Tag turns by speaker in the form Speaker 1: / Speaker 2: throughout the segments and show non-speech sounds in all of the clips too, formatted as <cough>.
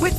Speaker 1: With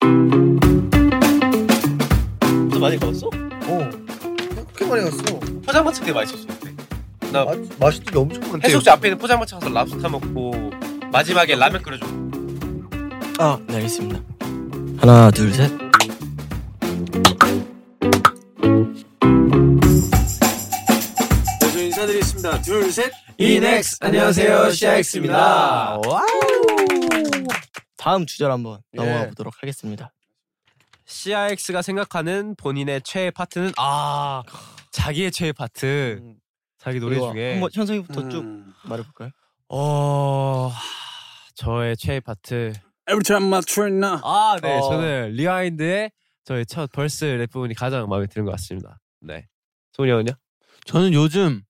Speaker 2: 또 많이 걸었어?
Speaker 3: 어 그렇게 많이 갔어
Speaker 2: 포장마차 되게 맛있었어 그때. 나
Speaker 4: 아,
Speaker 3: 마, 맛있는 게 엄청 많대
Speaker 2: 해수욕장 앞에 있는 포장마차 가서 랍스터 타 먹고 마지막에 라면 끓여줘
Speaker 4: 아, 네, 알겠습니다. 하나, 둘, 셋.
Speaker 5: 먼저 인사드리겠습니다. 둘, 셋.
Speaker 2: E
Speaker 4: 이넥스, 안녕하세요, CX 입니다.
Speaker 3: 와우
Speaker 4: 다음 주제로 한번
Speaker 3: 예.
Speaker 4: 넘어가 보도록 하겠습니다.
Speaker 2: CIX가 생각하는 본인의 최애 파트는 아 자기의 최애 파트
Speaker 4: 음,
Speaker 2: 자기 노래
Speaker 4: 이거
Speaker 2: 중에
Speaker 4: 한번 현성이부터 쭉
Speaker 5: 음.
Speaker 4: 말해볼까요?
Speaker 2: 어 하, 저의 최애 파트
Speaker 5: Every time I try now.
Speaker 2: 아네
Speaker 4: 어.
Speaker 2: 저는 리와인드의 저의 첫 벌스 랩 부분이 가장 마음에 드는 것 같습니다 네 소은이 형은요?
Speaker 6: 저는 요즘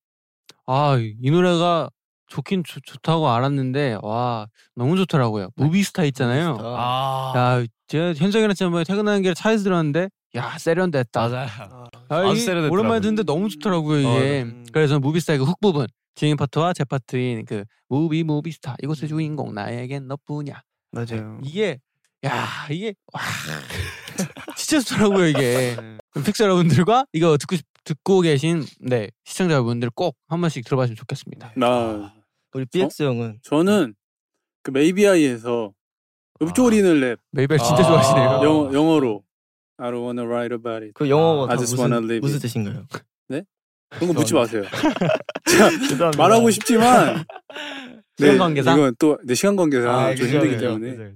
Speaker 6: 아 이 노래가 좋긴 좋, 좋다고 알았는데 와 너무 좋더라고요.
Speaker 2: 네.
Speaker 6: 무비스타 있잖아요.
Speaker 4: 아,
Speaker 2: 아,
Speaker 6: 야 제가 현정이랑 지난번에 퇴근하는 길에 차에서 들었는데 야 세련됐다.
Speaker 2: 맞아요
Speaker 6: 아,
Speaker 2: 아주
Speaker 6: 이게
Speaker 2: 세련됐더라고요. 어, 네.
Speaker 6: 오랜만에 듣는데 너무 좋더라고요 이게.
Speaker 4: 음.
Speaker 6: 그래서 무비스타의 그훅 부분 진행 파트와 제 파트인 그 무비 무비스타
Speaker 2: 음.
Speaker 6: 이곳의 주인공 나에겐 너뿐이야.
Speaker 4: 맞아요.
Speaker 6: 이게 야 이게 와 진짜 좋더라고요 이게 픽스 여러분들과 이거 듣고 싶- 듣고 계신 네 시청자분들 꼭 한 번씩 들어봐주면 좋겠습니다.
Speaker 5: 네.
Speaker 6: 아,
Speaker 5: 나
Speaker 4: 우리 BX 형은
Speaker 5: 아, 저는 그 메이비아이에서 읊조리는 랩
Speaker 6: 메이벨 진짜
Speaker 2: 아.
Speaker 6: 좋아하시네요.
Speaker 5: 영어, 영어로 I don't wanna write about it.
Speaker 4: 그 영어가 다
Speaker 5: I just
Speaker 4: 무슨
Speaker 5: wanna live
Speaker 4: 무슨
Speaker 5: it.
Speaker 4: 뜻인가요?
Speaker 5: 그런 거 묻지 마세요.
Speaker 4: 죄송합니다.
Speaker 5: 말하고 싶지만
Speaker 6: <laughs> 시간 관계상?
Speaker 5: 네. 이건 또내 시간 관계상
Speaker 6: 아,
Speaker 5: 좀
Speaker 6: 그죠,
Speaker 5: 힘들기
Speaker 6: 그죠,
Speaker 5: 때문에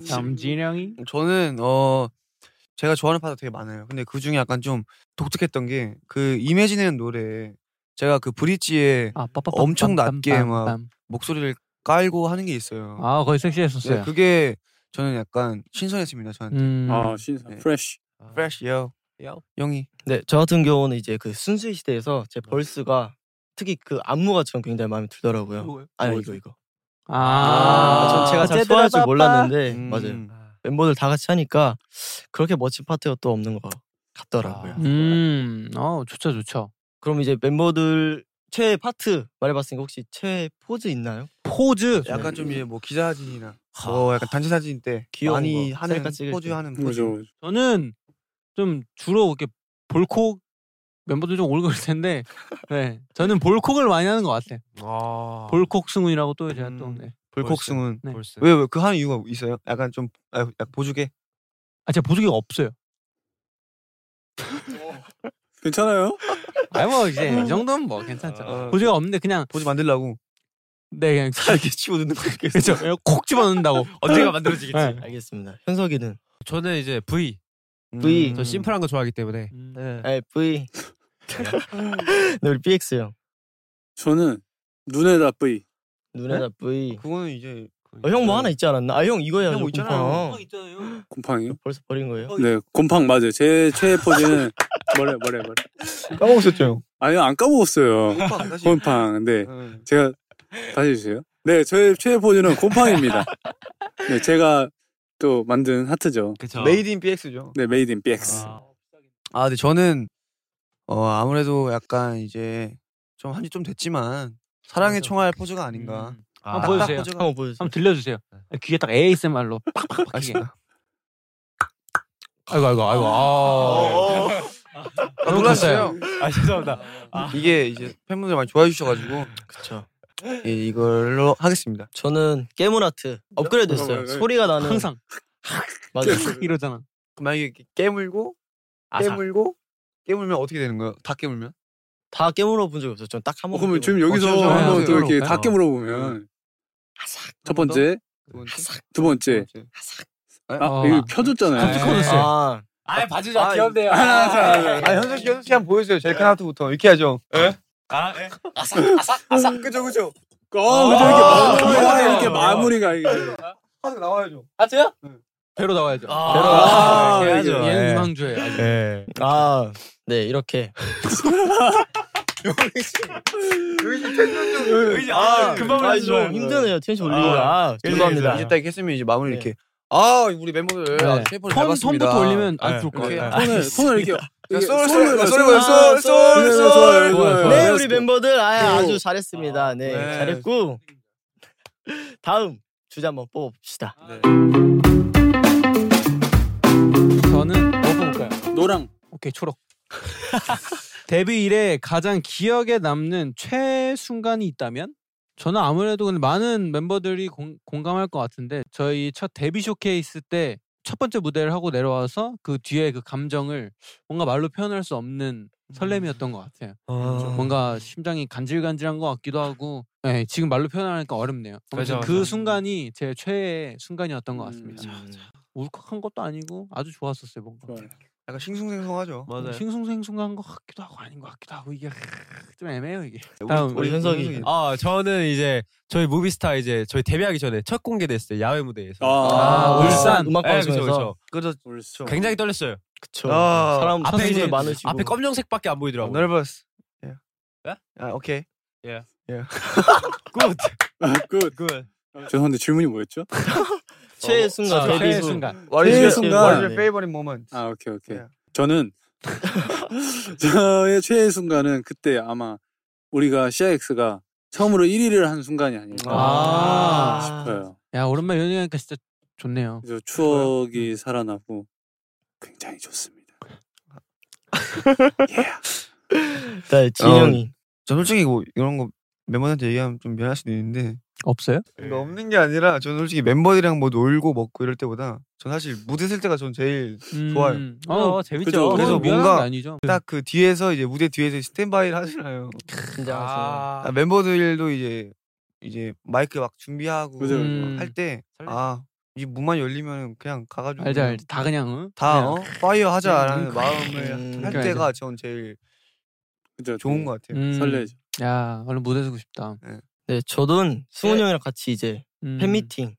Speaker 6: 잠진영이
Speaker 3: 저는 어 제가 좋아하는 파트 되게 많아요. 근데 그 중에 약간 좀 독특했던 게 그 이매진이라는 노래에 제가 그 브릿지에
Speaker 6: 아, 빠빠빠
Speaker 3: 엄청 낮게 막 목소리를 깔고 하는 게 있어요.
Speaker 6: 아 거의
Speaker 3: 네,
Speaker 6: 섹시했었어요.
Speaker 3: 그게 저는 약간 신선했습니다. 저는
Speaker 6: 음,
Speaker 5: 아 신선
Speaker 3: 네.
Speaker 5: fresh
Speaker 3: Fresh Yo
Speaker 2: Yo.
Speaker 3: 영이
Speaker 4: 네, 저 같은 경우는 이제 그 순수의 시대에서 제 벌스가 특히 그 안무가 저는 굉장히 마음에 들더라고요. 아 이거 이거.
Speaker 6: 아,
Speaker 4: 전 제가 잘 소화할 줄 몰랐는데
Speaker 3: 음.
Speaker 4: 맞아요. 멤버들 다 같이 하니까 그렇게 멋진 파트가 또 없는 것
Speaker 6: 아.
Speaker 4: 같더라고요.
Speaker 6: 음, 어 좋죠 좋죠.
Speaker 4: 그럼 이제 멤버들 최애 파트 말해봤으니까 혹시 최애 포즈 있나요?
Speaker 6: 포즈
Speaker 3: 약간 좀 이제 뭐 기자 사진이나 뭐 약간 단체 사진 때
Speaker 4: 귀여운
Speaker 3: 많이
Speaker 4: 거,
Speaker 3: 하는
Speaker 4: 셀카 찍을
Speaker 3: 포즈
Speaker 4: 때.
Speaker 3: 하는
Speaker 6: 음,
Speaker 3: 포즈.
Speaker 5: 뭐죠
Speaker 6: 저는 좀 주로 이렇게 볼콕 멤버들 좀 오르고 그럴 텐데, 네, 저는 볼콕을 많이 하는 것 같아요.
Speaker 2: 아
Speaker 6: 볼콕 승훈이라고 또 제가 또,
Speaker 3: 음.
Speaker 6: 네.
Speaker 3: 볼콕승은
Speaker 6: 네.
Speaker 2: 벌스
Speaker 3: 왜 왜 그 하는 이유가 있어요? 약간 좀 아, 약간 보조개.
Speaker 6: 아, 제가 보조개가 없어요.
Speaker 5: 괜찮아요?
Speaker 6: 아, 뭐 이제 이 정도면 뭐 괜찮죠.
Speaker 2: 아.
Speaker 6: 보조개가 없는데 그냥
Speaker 3: <laughs> 보조 만들라고
Speaker 6: 네 그냥
Speaker 3: 이렇게 집어넣는 거예요.
Speaker 6: 그렇죠. 콕 집어넣는다고.
Speaker 2: 언제가 만들어지겠지
Speaker 6: 네.
Speaker 4: 알겠습니다. 현석이는
Speaker 2: 저는 이제 음. V
Speaker 3: 음.
Speaker 4: V.
Speaker 2: 저 심플한 거 좋아하기 때문에
Speaker 6: 네.
Speaker 4: 아 V. 네, 우리 BX 형
Speaker 5: 저는 눈에다 뿌이
Speaker 6: 네?
Speaker 4: 눈에다 V.
Speaker 3: 그거는 그 이제
Speaker 4: 어, 형 뭐 하나 있지 않았나? 아 형 이거야.
Speaker 3: 네. 형뭐 있잖아요.
Speaker 5: 곰팡이요?
Speaker 4: 벌써 버린 거예요?
Speaker 6: 어,
Speaker 5: 네 곰팡 맞아요 제 최애 포즈는 <laughs> 뭐래 뭐래 뭐래
Speaker 3: 까먹으셨죠?
Speaker 5: 아니요 안 까먹었어요 곰팡 네. 근데 제가 다시 해주세요. 네, 저의 최애 포즈는 곰팡입니다. 네, 제가 또 만든 하트죠.
Speaker 2: 그쵸
Speaker 3: 메이드 인 BX죠.
Speaker 5: 네, 메이드 인 BX.
Speaker 3: 아, 근데 저는 어 아무래도 약간 이제 좀 한지 좀 됐지만 사랑의 총알 포즈가 아닌가.
Speaker 6: 음. 한번
Speaker 3: 딱
Speaker 6: 보여주세요.
Speaker 3: 포즈가
Speaker 4: 한번 보여주세요.
Speaker 6: 한번 들려주세요. 귀에 딱 ASMR로 팍팍팍
Speaker 3: 아,
Speaker 6: 이게.
Speaker 3: 진짜.
Speaker 6: 아이고 아이고 아이고. 아.
Speaker 3: 아, 놀랐어요.
Speaker 2: 아 죄송합니다
Speaker 3: 이게 이제 팬분들 많이 좋아해 주셔가지고
Speaker 4: 그렇죠.
Speaker 3: 예, 이걸로 하겠습니다.
Speaker 4: 저는 깨문 아트 업그레이드
Speaker 5: 어,
Speaker 4: 했어요.
Speaker 5: 왜, 왜?
Speaker 4: 소리가 나는
Speaker 6: 항상
Speaker 4: 맞아.
Speaker 6: 이러잖아.
Speaker 3: 그럼 만약에 이렇게 깨물고 깨물고 깨물면 어떻게 되는 거예요? 다 깨물면?
Speaker 4: 다 깨물어 본 적이 없어요. 저는 딱한
Speaker 5: 어,
Speaker 4: 번.
Speaker 5: 그러면 지금 여기서
Speaker 3: 어,
Speaker 5: 한번 또
Speaker 3: 저요.
Speaker 5: 이렇게
Speaker 6: 저요.
Speaker 5: 다 깨물어보면 첫 번째,
Speaker 3: 두 번째.
Speaker 5: 두 번째. 아,
Speaker 6: 어.
Speaker 5: 이거 펴줬잖아요.
Speaker 6: 깜찍하네.
Speaker 4: 아, 아,
Speaker 2: 아 바지
Speaker 3: 아,
Speaker 2: 귀엽네요
Speaker 3: 아 현석 씨 현석 씨한 번 보여주세요. 제일 큰 하트부터 이렇게 하죠.
Speaker 2: 아, 예.
Speaker 3: 그죠 그죠.
Speaker 5: 어, 그래서 이렇게,
Speaker 2: 아,
Speaker 5: 마무리,
Speaker 2: 맞아요.
Speaker 5: 이렇게 마무리가 이게.
Speaker 3: 하트 나와야죠. 네. 아,
Speaker 2: 하트요?
Speaker 6: 배로 나와야죠.
Speaker 4: 배로 나와. 해야죠.
Speaker 6: 얘는
Speaker 4: 예.
Speaker 6: 유망주예요. 아주.
Speaker 4: 네. 아, 네 이렇게.
Speaker 5: 네.
Speaker 4: 아, 금방 아, 좀 힘드네요. 텐션
Speaker 3: 아,
Speaker 4: 올리기가. 죄송합니다.
Speaker 3: 예, 이제 딱 이렇게 했으면 이제 마무리
Speaker 4: 네.
Speaker 3: 이렇게 아 우리 멤버들
Speaker 6: 네.
Speaker 3: 네. 테이프를
Speaker 6: 톤,
Speaker 3: 밟았습니다.
Speaker 6: 톤부터 올리면 안
Speaker 3: 네.
Speaker 6: 부를 거예요.
Speaker 3: 이렇게.
Speaker 5: 손을 손을 아, 이렇게
Speaker 3: 자,
Speaker 5: 이게
Speaker 3: 솔,
Speaker 5: 손을
Speaker 3: 솔, 솔,
Speaker 5: 손을
Speaker 3: 솔, 솔, 솔, 솔.
Speaker 5: 솔,
Speaker 6: 좋아요.
Speaker 4: 네,
Speaker 5: 좋아요.
Speaker 4: 우리 멤버들 아, 아주 잘했습니다. 네,
Speaker 3: 네.
Speaker 4: 잘했고 다음 주제 한번 뽑아봅시다.
Speaker 6: 저는 뭐 볼까요?
Speaker 5: 노랑
Speaker 6: 오케이 초록. <laughs> 데뷔 이래 가장 기억에 남는 최순간이 있다면? 저는 아무래도 근데 많은 멤버들이 공, 공감할 것 같은데 저희 첫 데뷔 쇼케이스 때 첫 번째 무대를 하고 내려와서 그 뒤에 그 감정을 뭔가 말로 표현할 수 없는 설렘이었던 것 같아요. 뭔가 심장이 간질간질한 것 같기도 하고 네, 지금 말로 표현하니까 어렵네요.
Speaker 2: 맞아,
Speaker 6: 아무튼
Speaker 2: 맞아.
Speaker 6: 그 순간이 제 최애 순간이었던 것 같습니다.
Speaker 3: 음,
Speaker 6: 울컥한 것도 아니고 아주 좋았었어요 뭔가.
Speaker 5: 네.
Speaker 3: 약간 싱숭생숭하죠.
Speaker 2: 맞아요.
Speaker 6: 싱숭생숭한 것 같기도 하고 아닌 것 같기도 하고 이게 좀 애매해요 이게.
Speaker 4: 우리 현석이.
Speaker 2: 아 저는 이제 저희 무비스타 이제 저희 데뷔하기 전에 첫 공개됐을 때 야외 무대에서
Speaker 5: 아,
Speaker 6: 아, 울산.
Speaker 2: 예, 그쵸,
Speaker 4: 음악방송에서
Speaker 2: 그쵸.
Speaker 5: 울산
Speaker 2: 굉장히 떨렸어요.
Speaker 4: 그쵸.
Speaker 3: 아,
Speaker 4: 사람
Speaker 2: 앞에 이제
Speaker 4: 사수들 많으시고.
Speaker 2: 앞에 검정색밖에 안 보이더라고요.
Speaker 3: nervous. 예.
Speaker 2: 예?
Speaker 3: 아 오케이.
Speaker 2: 굿.
Speaker 5: 굿
Speaker 2: 굿.
Speaker 5: 아, 죄송한데 질문이 뭐였죠?
Speaker 4: 최애 순간
Speaker 6: 아,
Speaker 4: 데뷔
Speaker 6: 최애
Speaker 4: 순간. 네.
Speaker 6: 순간.
Speaker 3: What
Speaker 5: is
Speaker 2: 아,
Speaker 3: What is
Speaker 4: what
Speaker 5: your-
Speaker 3: your
Speaker 4: is your
Speaker 3: favorite moment?
Speaker 5: 아 오케이 오케이
Speaker 3: 예.
Speaker 5: 저는 <laughs> 저의 최애 순간은 그때 아마 우리가 CIX가 처음으로 1위를 한 순간이
Speaker 3: 음,
Speaker 5: 아닐까
Speaker 6: 아.
Speaker 5: 싶어요.
Speaker 6: 야 오랜만에 이런 얘기하니까 진짜 좋네요.
Speaker 5: 그래서
Speaker 3: 음.
Speaker 5: 추억이 살아나고 굉장히 좋습니다. 예.
Speaker 4: 네, 진영이.
Speaker 3: 저 솔직히 뭐 이런 거 멤버한테 얘기하면 좀 미안할 수도 있는데
Speaker 6: 없어요?
Speaker 3: 근데 없는 게 아니라 저는 솔직히 멤버들이랑 뭐 놀고 먹고 이럴 때보다 전 사실 무대 쓸 때가 전 제일
Speaker 6: 음.
Speaker 3: 좋아요.
Speaker 6: 어 재밌죠.
Speaker 5: 그죠.
Speaker 3: 그래서
Speaker 6: 그래서 뭔가
Speaker 3: 뭔가
Speaker 6: 아니죠.
Speaker 3: 딱 그 뒤에서 이제 무대 뒤에서 스탠바이를 하잖아요.
Speaker 4: 긴장하세요.
Speaker 3: 아, 멤버들도 이제 이제 마이크 막 준비하고
Speaker 5: 그죠, 그죠.
Speaker 3: 할 때 아 이 문만 열리면 그냥 가가지고
Speaker 6: 음. 알지 알지. 다 그냥 응?
Speaker 3: 다
Speaker 6: 그냥.
Speaker 3: 어? 파이어 하자라는
Speaker 6: 음,
Speaker 3: 마음을
Speaker 4: 음,
Speaker 3: 할
Speaker 6: 그러니까
Speaker 3: 때가 전 제일
Speaker 5: 그죠.
Speaker 3: 좋은 것 같아요.
Speaker 6: 음.
Speaker 5: 설레죠.
Speaker 6: 야 얼른 무대 서고 싶다.
Speaker 4: 네, 저는 승훈이 형이랑 같이 이제
Speaker 6: 음.
Speaker 4: 팬미팅.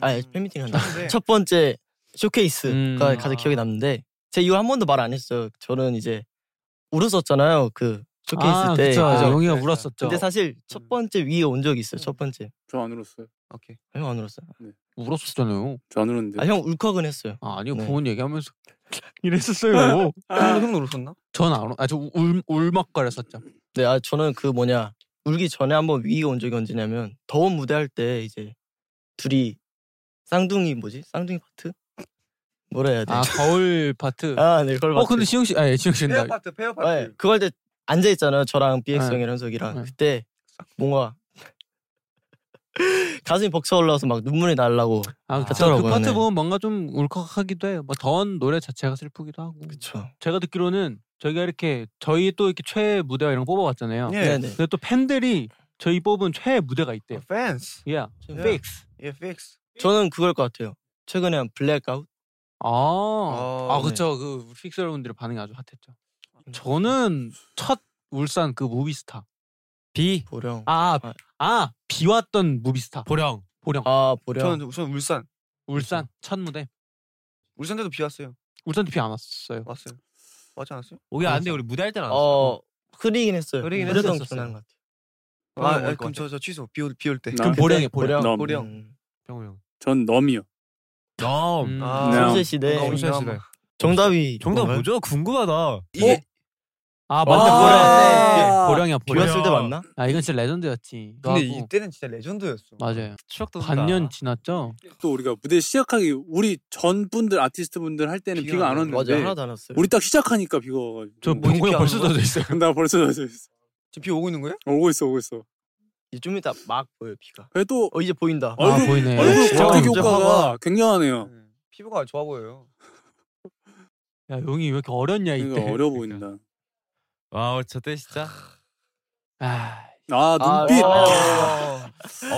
Speaker 4: 아, 팬미팅 한다.
Speaker 3: 네.
Speaker 4: 첫 번째 쇼케이스가
Speaker 6: 음.
Speaker 4: 가장 기억에 남는데 제가 이걸 한 번도 말 안 했어요. 저는 이제 울었었잖아요. 그 쇼케이스
Speaker 6: 아,
Speaker 4: 때.
Speaker 6: 그쵸.
Speaker 4: 그죠?
Speaker 6: 영희가
Speaker 3: 그죠.
Speaker 6: 울었었죠.
Speaker 4: 근데 사실 첫 번째 위에 온 적이 있어요. 첫 번째.
Speaker 5: 저 안 울었어요.
Speaker 3: 오케이.
Speaker 4: 형 안 울었어요?
Speaker 6: 울었었잖아요.
Speaker 5: 저 안 울었는데.
Speaker 4: 아, 형 울컥은 했어요.
Speaker 6: 아, 아니요
Speaker 4: 네.
Speaker 6: 부모님 얘기하면서 <laughs> 이랬었어요.
Speaker 3: 형도 형도 울었었나?
Speaker 6: <laughs> 전안 울어. 아저울 울먹거렸었죠.
Speaker 4: 네, 아 저는 그 뭐냐 울기 전에 한번 위기가 온 적이 언제냐면 더운 무대 할 때 이제 둘이 쌍둥이 뭐지 쌍둥이 파트 뭐라 해야 돼?
Speaker 6: 아 거울 파트.
Speaker 4: 아, 네, 그걸
Speaker 6: 어
Speaker 4: 봤어요.
Speaker 6: 근데 시영 씨, 아 예, 시영 씨는
Speaker 3: 페어
Speaker 6: 나
Speaker 3: 파트, 페어
Speaker 4: 아, 예.
Speaker 3: 파트.
Speaker 4: 그걸 때 앉아 있잖아요. 저랑 BX
Speaker 6: 네.
Speaker 4: 형이랑 현석이랑
Speaker 6: 네.
Speaker 4: 그때 뭔가 <laughs> 가슴이 벅차올라서 막 눈물이 날라고.
Speaker 6: 아, 그쵸. 그
Speaker 4: 그렇더라고요,
Speaker 6: 파트
Speaker 4: 네.
Speaker 6: 보면 뭔가 좀 울컥하기도 해요. 뭐 더운 노래 자체가 슬프기도 하고.
Speaker 4: 그렇죠.
Speaker 6: 제가 듣기로는 저희가 이렇게 저희 또 이렇게 최애 무대와 이런 거 뽑아봤잖아요.
Speaker 3: 예.
Speaker 4: 네, 네.
Speaker 6: 근데 또 팬들이 저희 뽑은 최애 무대가 있대요.
Speaker 3: 팬스.
Speaker 6: 예, yeah.
Speaker 4: 네.
Speaker 6: fix.
Speaker 3: 예, 픽스.
Speaker 4: 저는 그걸 것 같아요. 최근에 한 블랙아웃.
Speaker 6: 아,
Speaker 3: 아,
Speaker 4: 네.
Speaker 6: 아 그쵸. 그 우리 픽스 여러분들의 반응이 아주 핫했죠. 저는 첫 울산 그 무비스타.
Speaker 2: 비
Speaker 4: 보령. 아,
Speaker 6: 아,
Speaker 4: 아.
Speaker 6: 아, 비 왔던 무비스타.
Speaker 2: 보령.
Speaker 6: 보령.
Speaker 4: 보령.
Speaker 3: 저는 우선 울산.
Speaker 6: 울산 첫 무대.
Speaker 3: 울산 때도 비 왔어요.
Speaker 6: 울산도 비 안 왔어요.
Speaker 3: 왔어요. 왔지 않았어요?
Speaker 2: 오게 안 돼. 우리 무대 할 때는 안 왔어.
Speaker 4: 어 흐리긴 했어요.
Speaker 2: 흐리긴
Speaker 4: 흐렸던
Speaker 2: 했었어요.
Speaker 4: 기억 나는 것 같아요.
Speaker 3: 아,
Speaker 2: 보령
Speaker 3: 아,
Speaker 2: 올것
Speaker 3: 그럼
Speaker 2: 같아.
Speaker 3: 저 저 취소. 비올 비올 때.
Speaker 5: 나,
Speaker 6: 그럼 보령이에요, 보령.
Speaker 4: 보령.
Speaker 5: 보령.
Speaker 4: 음.
Speaker 2: 병호 형.
Speaker 5: 전 넘이요.
Speaker 2: 넘.
Speaker 6: 음.
Speaker 3: 아,
Speaker 5: 네.
Speaker 4: 소세 시대
Speaker 3: 너무
Speaker 2: 정세
Speaker 3: 인정.
Speaker 2: 시대.
Speaker 4: 정답이
Speaker 2: 정답
Speaker 4: 뭔가요?
Speaker 2: 뭐죠? 궁금하다.
Speaker 3: 이게
Speaker 6: 아 맞다
Speaker 5: 아.
Speaker 6: 보령 보령이야
Speaker 4: 비
Speaker 6: 보령
Speaker 4: 왔을 때 맞나?
Speaker 6: 아 이건 진짜 레전드였지
Speaker 3: 근데
Speaker 2: 네.
Speaker 6: 이거하고.
Speaker 3: 이때는 진짜 레전드였어.
Speaker 6: 맞아요
Speaker 2: 추억 돋는다.
Speaker 6: 반년 지났죠
Speaker 5: 또 우리가 무대 시작하기 우리 전 분들 아티스트 분들 할 때는
Speaker 3: 비가
Speaker 5: 비가,
Speaker 3: 안
Speaker 5: 안
Speaker 3: 와요.
Speaker 5: 왔는데
Speaker 4: 맞아 하나도 안 왔어요.
Speaker 5: 우리 딱 시작하니까 비가 와가지고.
Speaker 6: 저
Speaker 3: 뭐지,
Speaker 6: 병구형
Speaker 3: 비
Speaker 6: 벌써
Speaker 3: 하는
Speaker 6: 젖어 있어요
Speaker 5: <laughs> 나 벌써 젖어 있어.
Speaker 3: 지금 비 오고 있는 거예요?
Speaker 5: 오고 있어 오고 있어.
Speaker 4: 이제 좀 이따 막 보여 요 비가.
Speaker 5: 그래 또
Speaker 4: 어 이제 보인다.
Speaker 5: 어, 얼굴-
Speaker 6: 아 보이네
Speaker 5: 얼굴
Speaker 6: 진짜.
Speaker 5: 광택
Speaker 3: 진짜 화가.
Speaker 5: 효과가 굉장하네요.
Speaker 3: 네. 피부가 좋아 보여요.
Speaker 6: 야 용이 왜 이렇게 어렸냐 이때
Speaker 5: 그러니까 어려 보인다.
Speaker 2: 와, 저때 진짜.
Speaker 6: <laughs> 아
Speaker 5: 아 눈빛
Speaker 3: 아,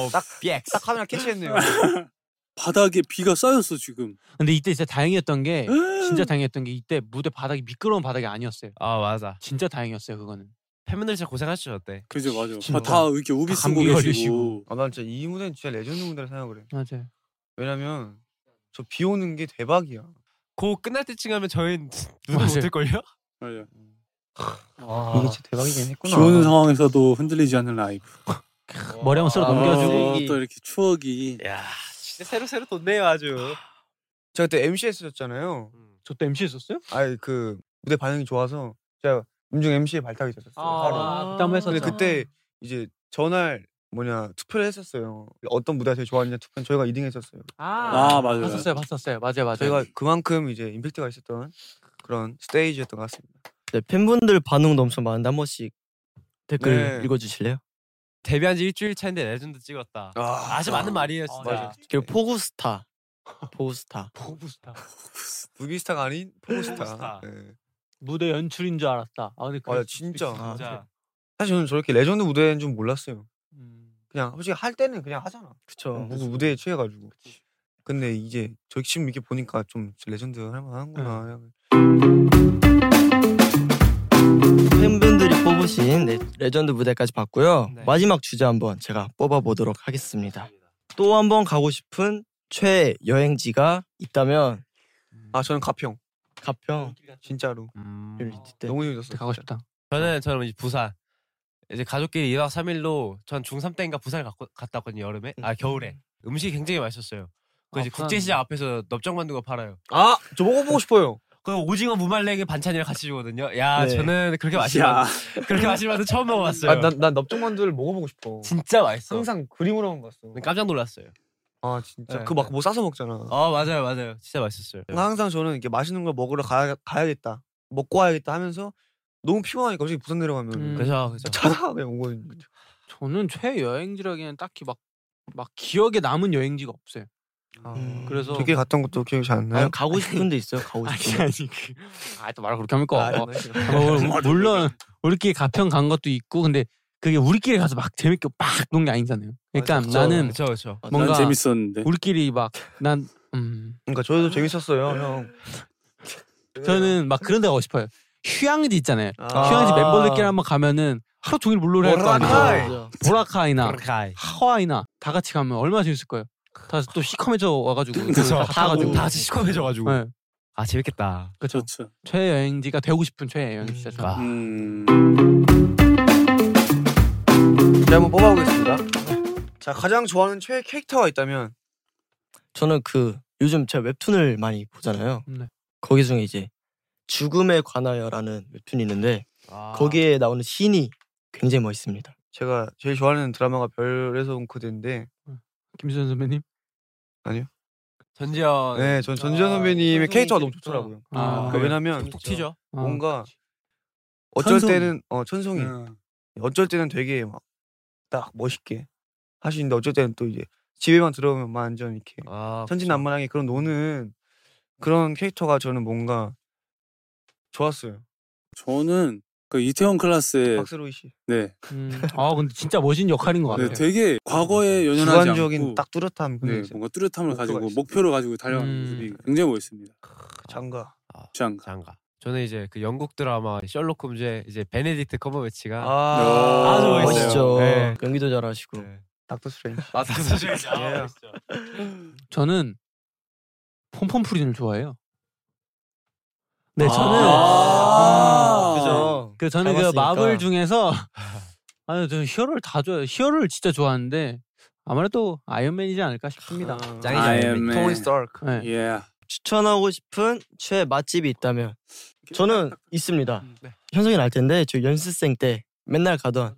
Speaker 2: 어, 딱 BX.
Speaker 3: 딱 카메라 캐치했네요.
Speaker 5: <laughs> 바닥에 비가 쌓였어 지금.
Speaker 6: 근데 이때 진짜 다행이었던
Speaker 5: <laughs>
Speaker 6: 게 진짜 다행이었던 게 이때 무대 바닥이 미끄러운 바닥이 아니었어요
Speaker 2: 아, 맞아.
Speaker 6: 진짜 다행이었어요 그거는
Speaker 2: 팬분들 진짜 고생하셨죠, 저때.
Speaker 5: 그죠 맞아.
Speaker 6: 진짜.
Speaker 5: 다, 다 이렇게 우비
Speaker 6: 다
Speaker 5: 쓰고
Speaker 6: 감기
Speaker 5: 계시고.
Speaker 6: 걸리시고.
Speaker 3: 아, 난 진짜 이 무대는 진짜 레전드 무대라 생각을 해.
Speaker 6: 맞아요
Speaker 3: 왜냐면 저 비 오는 게 대박이야.
Speaker 2: 곡 끝날 때쯤 하면 저희는 누가
Speaker 6: 맞아요.
Speaker 2: 못할걸요?
Speaker 5: 맞아요.
Speaker 3: 이게 진짜 대박이긴 했구나.
Speaker 5: 아. 비 오는 상황에서도 흔들리지 않는 라이브.
Speaker 6: 머리 한번 쓸어 넘겨주고. 네,
Speaker 5: 어, 또 이렇게 추억이
Speaker 2: 야 진짜 새로 새로 돋네요 아주
Speaker 3: 제가 그때 MC 했었잖아요.
Speaker 5: 음.
Speaker 6: 저때 MC 했었어요?
Speaker 3: 아니 그 무대 반응이 좋아서 제가 음중 MC에 발탁이 됐었어요. 바로.
Speaker 6: 아, 그때 한번
Speaker 3: 근데
Speaker 6: 했었죠.
Speaker 5: 음.
Speaker 3: 그때 이제 전날 뭐냐 투표를 했었어요. 어떤 무대가 제일 좋았냐 투표 저희가 2등 했었어요.
Speaker 6: 아,
Speaker 5: 아, 맞아요.
Speaker 6: 봤었어요, 봤었어요. 맞아요, 맞아요.
Speaker 3: 저희가
Speaker 4: 네.
Speaker 3: 그만큼 이제 임팩트가 있었던 그런 스테이지였던 것 같습니다.
Speaker 4: 네, 팬분들 반응도 엄청 많은데 한 번씩 댓글
Speaker 3: 네.
Speaker 4: 읽어주실래요?
Speaker 2: 데뷔한 지 일주일 차인데 레전드 찍었다
Speaker 3: 아,
Speaker 2: 아주 많은 말이에요 진짜
Speaker 3: 맞아.
Speaker 4: 그리고
Speaker 6: <laughs>
Speaker 4: 포구스타, 포구스타.
Speaker 6: 포부스타.
Speaker 3: 부비스타가 아닌 포고스타.
Speaker 2: 포고스타.
Speaker 3: 네.
Speaker 6: 무대 연출인 줄 알았다. 아, 근데 그럴
Speaker 4: 네,
Speaker 3: 맞아,
Speaker 6: 수도
Speaker 3: 진짜.
Speaker 6: 있어,
Speaker 2: 진짜.
Speaker 3: 사실 저는 저렇게 레전드 무대인 줄 몰랐어요.
Speaker 6: 음.
Speaker 3: 그냥 솔직히 할 때는 그냥 하잖아.
Speaker 4: 그쵸.
Speaker 3: 어, 무슨 무대에 취해가지고. 근데 이제 저 지금 이렇게 보니까 좀 레전드 할만한구나.
Speaker 4: 팬분들이 뽑으신 네, 레전드 무대까지 봤고요.
Speaker 2: 네.
Speaker 4: 마지막 주제 한번 제가 뽑아보도록 하겠습니다. 또 한 번 가고 싶은 최 여행지가 있다면
Speaker 3: 아 저는 가평
Speaker 4: 가평.
Speaker 5: 음.
Speaker 3: 진짜로
Speaker 6: 음.
Speaker 4: 를 이때
Speaker 3: 너무 재밌었어.
Speaker 6: 가고 싶다.
Speaker 2: 저는 저는 이제 부산 이제 가족끼리 2박 3일로 전 중3 때인가 부산을 갔고, 갔다 왔거든요 여름에 아 겨울에 음식이 굉장히 맛있었어요 그
Speaker 6: 아,
Speaker 2: 이제
Speaker 6: 부산.
Speaker 2: 국제시장 앞에서 넙적만두가 팔아요
Speaker 3: 아저 먹어보고 싶어요.
Speaker 2: 그 오징어 무말랭이 반찬이랑 같이 주거든요 야
Speaker 4: 네.
Speaker 2: 저는 그렇게 맛있는
Speaker 5: 야,
Speaker 2: 그렇게 맛있는 맛은 처음 먹어봤어요
Speaker 3: 아난난 넙죽만두를 먹어보고 싶어.
Speaker 2: 진짜 맛있어 네,
Speaker 3: 항상 그림으로만 봤어.
Speaker 6: 그러니까
Speaker 2: 깜짝 놀랐어요
Speaker 3: 아 진짜
Speaker 2: 네,
Speaker 3: 그 막 뭐 싸서 먹잖아.
Speaker 2: 어 맞아요 맞아요 진짜 맛있었어요
Speaker 3: 항상 저는 이렇게 맛있는 걸 먹으러 가야, 가야겠다 먹고 와야겠다 하면서 너무 피곤하니까 갑자기 부산 내려가면
Speaker 6: 음.
Speaker 2: 그래서 그래서
Speaker 4: 어?
Speaker 3: 차가 그냥 오거든요.
Speaker 6: 저는 최 여행지라기에는 딱히 막, 막 기억에 남은 여행지가 없어요.
Speaker 3: 아,
Speaker 4: 음.
Speaker 6: 그래서
Speaker 3: 되게 갔던 것도 기억이 잘 안
Speaker 4: 아니,
Speaker 3: 나요.
Speaker 4: 가고 싶은 데 있어요. 가고 싶은 데.
Speaker 6: 아또 말을 그렇게 합니까?
Speaker 3: 뭐 아,
Speaker 6: 어, 뭐, 물론 우리끼리 가평 간 것도 있고 근데 그게 우리끼리 가서 막 재밌게 막 논 게 아니잖아요. 그러니까
Speaker 3: 맞아, 그쵸.
Speaker 6: 나는
Speaker 2: 그쵸 그쵸
Speaker 4: 맞아.
Speaker 6: 뭔가
Speaker 5: 난 재밌었는데.
Speaker 6: 우리끼리 막 난 음,
Speaker 3: 그러니까 저희도 재밌었어요, 형.
Speaker 6: <laughs> 저는 막 그런 데 가고 싶어요. 휴양지 있잖아요.
Speaker 3: 아.
Speaker 6: 휴양지 멤버들끼리 한번 가면은 하루 종일 물놀이 할 거
Speaker 3: 보라카이.
Speaker 6: 아니에요.
Speaker 4: 맞아요. 그렇죠.
Speaker 6: 보라카이나
Speaker 2: 가이
Speaker 6: 하와이나 다 같이 가면 얼마나 재밌을 거예요. 다 또 시커매져 와가지고
Speaker 2: 그래서
Speaker 6: 다 가지고
Speaker 2: 다 같이 시커매져가지고
Speaker 6: 네.
Speaker 2: 아 재밌겠다
Speaker 6: 그렇죠.
Speaker 5: 그렇죠.
Speaker 6: 최여행지가 되고 싶은 최여행지죠. 저는.
Speaker 2: 아.
Speaker 5: 음,
Speaker 3: 제가 한번 뽑아보겠습니다. 자, 가장 좋아하는 최애 캐릭터가 있다면
Speaker 4: 저는 그 요즘 제가 웹툰을 많이 보잖아요.
Speaker 6: 네.
Speaker 4: 거기 중에 이제 죽음에 관하여라는 웹툰이 있는데
Speaker 3: 아.
Speaker 4: 거기에 나오는 시인이 굉장히 멋있습니다.
Speaker 3: 제가 그러니까 제일 좋아하는 드라마가 별에서 온 그대인데
Speaker 6: 김수현 선배님.
Speaker 2: 전지현
Speaker 3: 네, 전 전지현 선배님의 캐릭터가 너무 좋더라고요.
Speaker 6: 아,
Speaker 3: 그러니까 왜냐면
Speaker 2: 톡 튀죠
Speaker 6: 아,
Speaker 3: 뭔가 어쩔
Speaker 5: 아, 천송이.
Speaker 3: 때는 어 천송이
Speaker 5: 음.
Speaker 3: 어쩔 때는 되게 막 딱 멋있게 하시는데 어쩔 때는 또 이제 집에만 들어오면 막 완전 이렇게
Speaker 2: 아,
Speaker 3: 천진난만하게 그런 노는 그런 캐릭터가 저는 뭔가 좋았어요.
Speaker 5: 저는 그 이태원 클라스에
Speaker 3: 박스로이 씨.
Speaker 5: 네,
Speaker 3: <laughs>
Speaker 6: 음, 아 근데 진짜 멋진 역할인 것
Speaker 5: 네,
Speaker 6: 같아요.
Speaker 5: 되게
Speaker 6: 음.
Speaker 5: 과거에 연연하지
Speaker 3: 주관적인
Speaker 5: 않고
Speaker 3: 딱 뚜렷함
Speaker 5: 네,
Speaker 3: 근데 이제
Speaker 5: 뭔가 뚜렷함을
Speaker 3: 목표가
Speaker 5: 가지고
Speaker 3: 있어요.
Speaker 5: 목표를 가지고 달려가는
Speaker 6: 음.
Speaker 5: 모습이 굉장히 멋있습니다.
Speaker 3: 그 장가.
Speaker 5: 장가.
Speaker 2: 장가 저는 이제 그 영국 드라마 셜록 홈즈의 이제 베네딕트 컴버배치가
Speaker 3: 아,
Speaker 2: 아주 멋있어요.
Speaker 4: 멋있죠.
Speaker 2: 네.
Speaker 4: 연기도 잘하시고.
Speaker 3: 닥터 스트레인지.
Speaker 2: 아 당수실
Speaker 3: 예.
Speaker 6: 저는 폼폼 프리즌을 좋아해요. 네,
Speaker 4: 아,
Speaker 6: 저는
Speaker 5: 아,
Speaker 3: 그죠.
Speaker 6: 그 저는 그
Speaker 4: 닮았으니까.
Speaker 3: <laughs>
Speaker 6: 마블 중에서 아니 네, 저는 히어로를 다 좋아해요. 히어로를 진짜 좋아하는데 아무래도 아이언맨이지 않을까 싶습니다.
Speaker 2: 짱이죠.
Speaker 5: 아이언맨.
Speaker 3: 토니 스타크.
Speaker 6: 네.
Speaker 5: 예.
Speaker 4: 추천하고 싶은 최 맛집이 있다면
Speaker 3: 음,
Speaker 4: 저는 있습니다.
Speaker 2: 네.
Speaker 4: 현석이는 알 텐데 저 연습생 때 맨날
Speaker 3: 아,
Speaker 4: 가던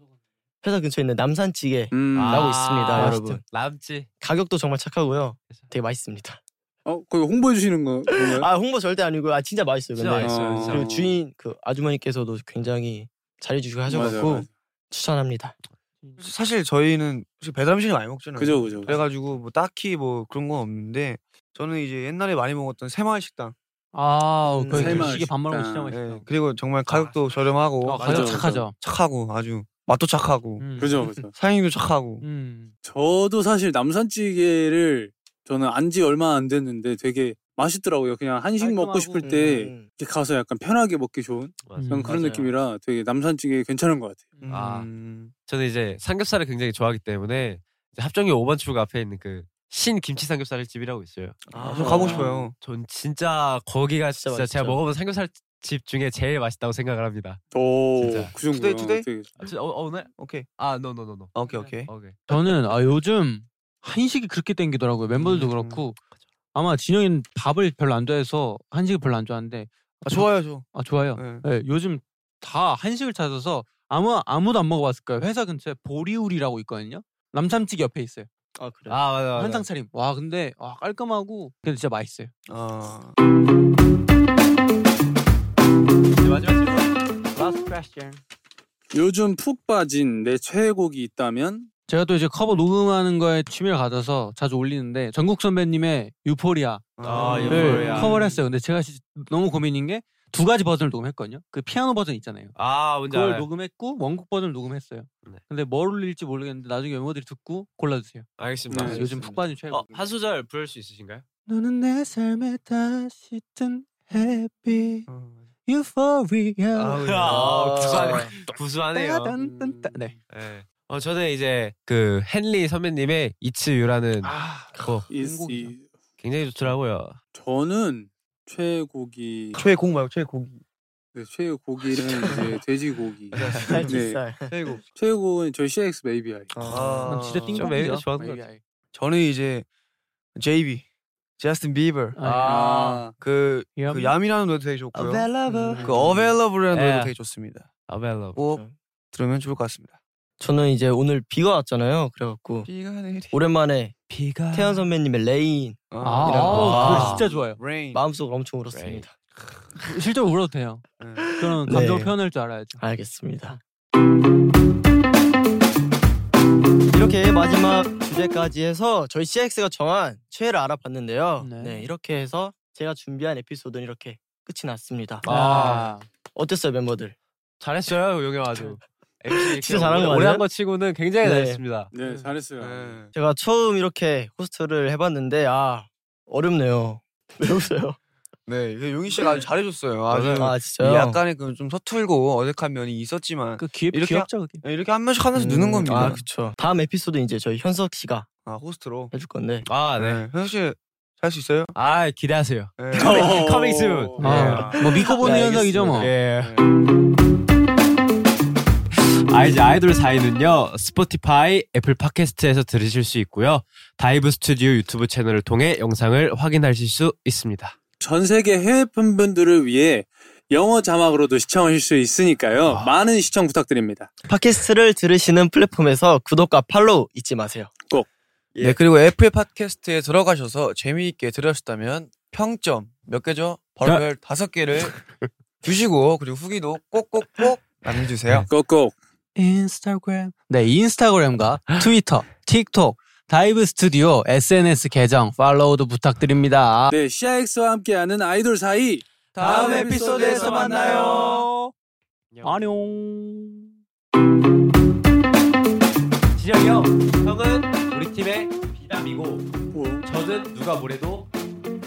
Speaker 4: 회사 근처에 있는 남산찌개
Speaker 5: 음.
Speaker 4: 나오고 있습니다,
Speaker 2: 아,
Speaker 4: 여러분.
Speaker 2: 남지
Speaker 4: 가격도 정말 착하고요. 되게 맛있습니다.
Speaker 5: 어, 그거 홍보해 주시는 거 뭔가요?
Speaker 4: 아 홍보 절대 아니고요. 아 진짜 맛있어요.
Speaker 2: 진짜
Speaker 4: 근데
Speaker 2: 맛있어요 진짜.
Speaker 4: 그리고 주인 그 아주머니께서도 굉장히 잘해주시고 하셔갖고
Speaker 5: 맞아요, 맞아요.
Speaker 4: 추천합니다.
Speaker 3: 사실 저희는 사실 배달 음식을 많이 먹잖아요.
Speaker 5: 그죠, 그죠.
Speaker 3: 그래가지고 뭐 딱히 뭐 그런 건 없는데 저는 이제 옛날에 많이 먹었던 새마을 식당.
Speaker 6: 아,
Speaker 4: 음,
Speaker 6: 그
Speaker 4: 살맛
Speaker 6: 시계 밥 먹는 거 진짜
Speaker 5: 식당.
Speaker 3: 예,
Speaker 6: 맛있어.
Speaker 3: 그리고
Speaker 4: 아.
Speaker 3: 정말 가격도 저렴하고
Speaker 6: 어,
Speaker 5: 맞아,
Speaker 6: 가장
Speaker 5: 맞아.
Speaker 6: 착하죠.
Speaker 3: 착하고 아주 맛도 착하고
Speaker 6: 음.
Speaker 5: 그죠, 그죠.
Speaker 3: 사장님도 착하고
Speaker 6: 음.
Speaker 5: 저도 사실 남산찌개를 저는 안 지 얼마 안 됐는데 되게 맛있더라고요. 그냥 한식 먹고
Speaker 6: 깔끔하고,
Speaker 5: 싶을 때
Speaker 4: 음,
Speaker 5: 이렇게 가서 약간 편하게 먹기 좋은
Speaker 6: 음,
Speaker 2: 맞아요.
Speaker 5: 약간 그런
Speaker 4: 맞아요.
Speaker 5: 느낌이라 되게 남산찌개 괜찮은 것 같아요.
Speaker 2: 아.
Speaker 3: 음.
Speaker 2: 저는 이제 삼겹살을 굉장히 좋아하기 때문에 이제 합정역 5번 출구 앞에 있는 그 신 김치 삼겹살 집이라고 있어요.
Speaker 3: 아, 저 가보고 싶어요.
Speaker 2: 전 진짜 거기가
Speaker 4: 진짜
Speaker 2: 진짜, 제가
Speaker 4: 맛있죠.
Speaker 2: 먹어본 삼겹살 집 중에 제일 맛있다고 생각을 합니다.
Speaker 5: 오,
Speaker 2: 진짜.
Speaker 5: 그 정도야.
Speaker 3: 투데이, 투데이?
Speaker 5: 되게-
Speaker 2: 아, 진짜 어, 어, 오늘?
Speaker 3: 오케이.
Speaker 2: 아, 노노노노.
Speaker 3: 아, 오케이,
Speaker 4: 네.
Speaker 3: 오케이.
Speaker 2: 오케이.
Speaker 6: 저는 아 요즘 한식이 그렇게 땡기더라고요. 멤버들도
Speaker 3: 음.
Speaker 6: 그렇고 아마 진영이는 밥을 별로 안 좋아해서 한식을 별로 안 좋아하는데
Speaker 3: 아, 좋아요, 저.
Speaker 6: 아 좋아요.
Speaker 3: 네.
Speaker 6: 네, 요즘 다 한식을 찾아서 아무 아무도 안 먹어봤을 거예요. 회사 근처에 보리우리라고 있거든요. 남삼찌개 옆에 있어요.
Speaker 4: 아 그래.
Speaker 2: 아, 맞아. 맞아.
Speaker 6: 한상 차림. 와 근데 와 깔끔하고 근데 진짜 맛있어요.
Speaker 3: 아.
Speaker 2: 이제 마지막 질문.
Speaker 3: Last question.
Speaker 5: 요즘 푹 빠진 내 최애곡이 있다면
Speaker 6: 제가 또 이제 커버 녹음하는 거에 취미를 가져서 자주 올리는데 전국 선배님의 유포리아
Speaker 2: 아,
Speaker 6: 네,
Speaker 2: 유포리아.
Speaker 6: 커버를 했어요. 근데 제가 진짜 너무 고민인 게 두 가지 버전을 녹음했거든요. 그 피아노 버전 있잖아요.
Speaker 2: 아, 뭔지
Speaker 6: 그걸
Speaker 2: 알아요.
Speaker 6: 녹음했고 원곡 버전을 녹음했어요.
Speaker 2: 네.
Speaker 6: 근데 뭘 올릴지 모르겠는데 나중에 멤버들이 듣고 골라주세요.
Speaker 2: 아,
Speaker 6: 아,
Speaker 2: 알겠습니다.
Speaker 5: 네,
Speaker 6: 요즘 푹 빠진 최고.
Speaker 2: 어, 한 소절 부를 수 있으신가요?
Speaker 6: 너는 내 삶에 다시 든 해피
Speaker 3: 아,
Speaker 6: 유포리아
Speaker 3: 네.
Speaker 2: 아, 구수하네. 구수하네요.
Speaker 6: 따단딴따. 네.
Speaker 2: 네. 어, 저는 이제 그 헨리 선배님의 이츠유라는
Speaker 5: 아.
Speaker 2: 곡
Speaker 5: is
Speaker 6: 행복이죠.
Speaker 5: 이-
Speaker 2: 굉장히 좋더라고요.
Speaker 5: 저는 최애곡이
Speaker 3: 최애 곡 말고 최애 곡이.
Speaker 5: 네, 최애곡이는 이제 돼지고기. 네,
Speaker 4: 쌀 쌀.
Speaker 3: 최애곡.
Speaker 5: 최애곡은 저희 CX Maybe I.
Speaker 3: 아,
Speaker 6: 네. 난 진짜 띵곡이죠.
Speaker 2: 좀 애가 좋아하는 것
Speaker 6: maybe
Speaker 3: 저는 이제 JB, 제스틴 비버.
Speaker 6: I. 아,
Speaker 3: 그,
Speaker 6: Yum.
Speaker 3: 그 야미라는 노래도 되게
Speaker 6: 아,
Speaker 3: 좋고요.
Speaker 4: Available.
Speaker 3: 그 Available이라는 노래도
Speaker 2: 예.
Speaker 3: 되게 좋습니다.
Speaker 2: 아벨로.
Speaker 3: 꼭 들으면 좋을 것 같습니다.
Speaker 4: 저는 이제 오늘 비가 왔잖아요. 그래갖고
Speaker 3: 비가 내리.
Speaker 4: 오랜만에
Speaker 2: 비가
Speaker 4: 태연 선배님의 레인
Speaker 3: 아,
Speaker 6: 아, 아, 그거 진짜 좋아요.
Speaker 3: Rain.
Speaker 4: 마음속으로 엄청 울었습니다.
Speaker 6: 실제로 울어도 돼요.
Speaker 3: 네.
Speaker 6: 그런
Speaker 4: 네.
Speaker 6: 감정 표현할 줄 알아야죠.
Speaker 4: 알겠습니다. 이렇게 마지막 주제까지 해서 저희 CX가 정한 최애를 알아봤는데요.
Speaker 6: 네.
Speaker 4: 네. 이렇게 해서 제가 준비한 에피소드는 이렇게 끝이 났습니다.
Speaker 2: 아.
Speaker 4: 어땠어요, 멤버들?
Speaker 2: 잘했어요, 용영 아주. MC
Speaker 4: 진짜 잘한 거
Speaker 2: 오래
Speaker 4: 아니에요?
Speaker 2: 한거 치고는 굉장히
Speaker 4: 네.
Speaker 2: 잘했습니다.
Speaker 5: 네, 잘했어요.
Speaker 3: 네.
Speaker 4: 제가 처음 이렇게 호스트를 해봤는데 아 어렵네요.
Speaker 3: <laughs>
Speaker 4: 외우세요.
Speaker 3: 네, 그 용희 씨가 아주 잘해줬어요. 아주
Speaker 4: 아 진짜요?
Speaker 3: 약간의 그 좀 서툴고 어색한 면이 있었지만
Speaker 6: 그 귀엽
Speaker 3: 이렇게
Speaker 6: 귀엽죠 그게.
Speaker 3: 이렇게 한 번씩 하면서
Speaker 4: 음,
Speaker 3: 느는 겁니다.
Speaker 4: 아 그쵸. 다음 에피소드 이제 저희 현석 씨가
Speaker 3: 아, 호스트로.
Speaker 4: 해줄 건데
Speaker 2: 아, 네.
Speaker 3: 현석 씨잘 수 있어요?
Speaker 2: 아, 기대하세요.
Speaker 3: 네.
Speaker 5: 어.
Speaker 2: Coming- coming soon.
Speaker 5: 오.
Speaker 6: 아, 뭐 믿고 보는
Speaker 4: 네,
Speaker 6: 현상이죠 뭐.
Speaker 2: 예. 아 이제 아이돌 사이는요 스포티파이, 애플 팟캐스트에서 들으실 수 있고요 다이브 스튜디오 유튜브 채널을 통해 영상을 확인하실 수 있습니다.
Speaker 5: 전 세계 해외 팬분들을 위해 영어 자막으로도 시청하실 수 있으니까요.
Speaker 3: 아.
Speaker 5: 많은 시청 부탁드립니다.
Speaker 4: 팟캐스트를 들으시는 플랫폼에서 구독과 팔로우 잊지 마세요.
Speaker 3: 네, 그리고 애플 팟캐스트에 들어가셔서 재미있게 들으셨다면 평점 몇 개죠?
Speaker 2: 야.
Speaker 3: 벌별 다섯 개를 <laughs> 주시고 그리고 후기도 꼭꼭꼭 남겨주세요.
Speaker 5: 네, 꼭꼭.
Speaker 6: 인스타그램. 네, 인스타그램과 트위터, 틱톡, 다이브 스튜디오 SNS 계정 팔로우도 부탁드립니다.
Speaker 5: 네, CIX와 함께하는 아이돌 사이. 다음 에피소드에서 만나요.
Speaker 6: 안녕.
Speaker 2: 진영이 형, 형은 우리 팀의 비담이고 저는 누가 뭐래도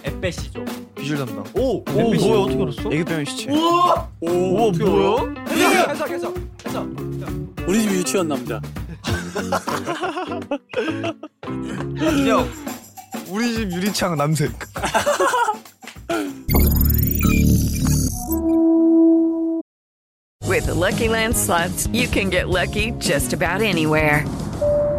Speaker 2: 엠베시죠.
Speaker 3: 비주얼 담당.
Speaker 2: 오,
Speaker 3: 엠베시.
Speaker 2: 뭐야 어떻게 알았어?
Speaker 3: 애교 빼면 시체.
Speaker 5: 오, 오
Speaker 2: 뭐야? 해석, 해석, 해석, 해석.
Speaker 5: 우리 집 유치원 남자.
Speaker 3: 야, 우리 집 유리창 남색.
Speaker 1: With Lucky Land slots, you can get lucky just about anywhere.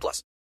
Speaker 2: plus.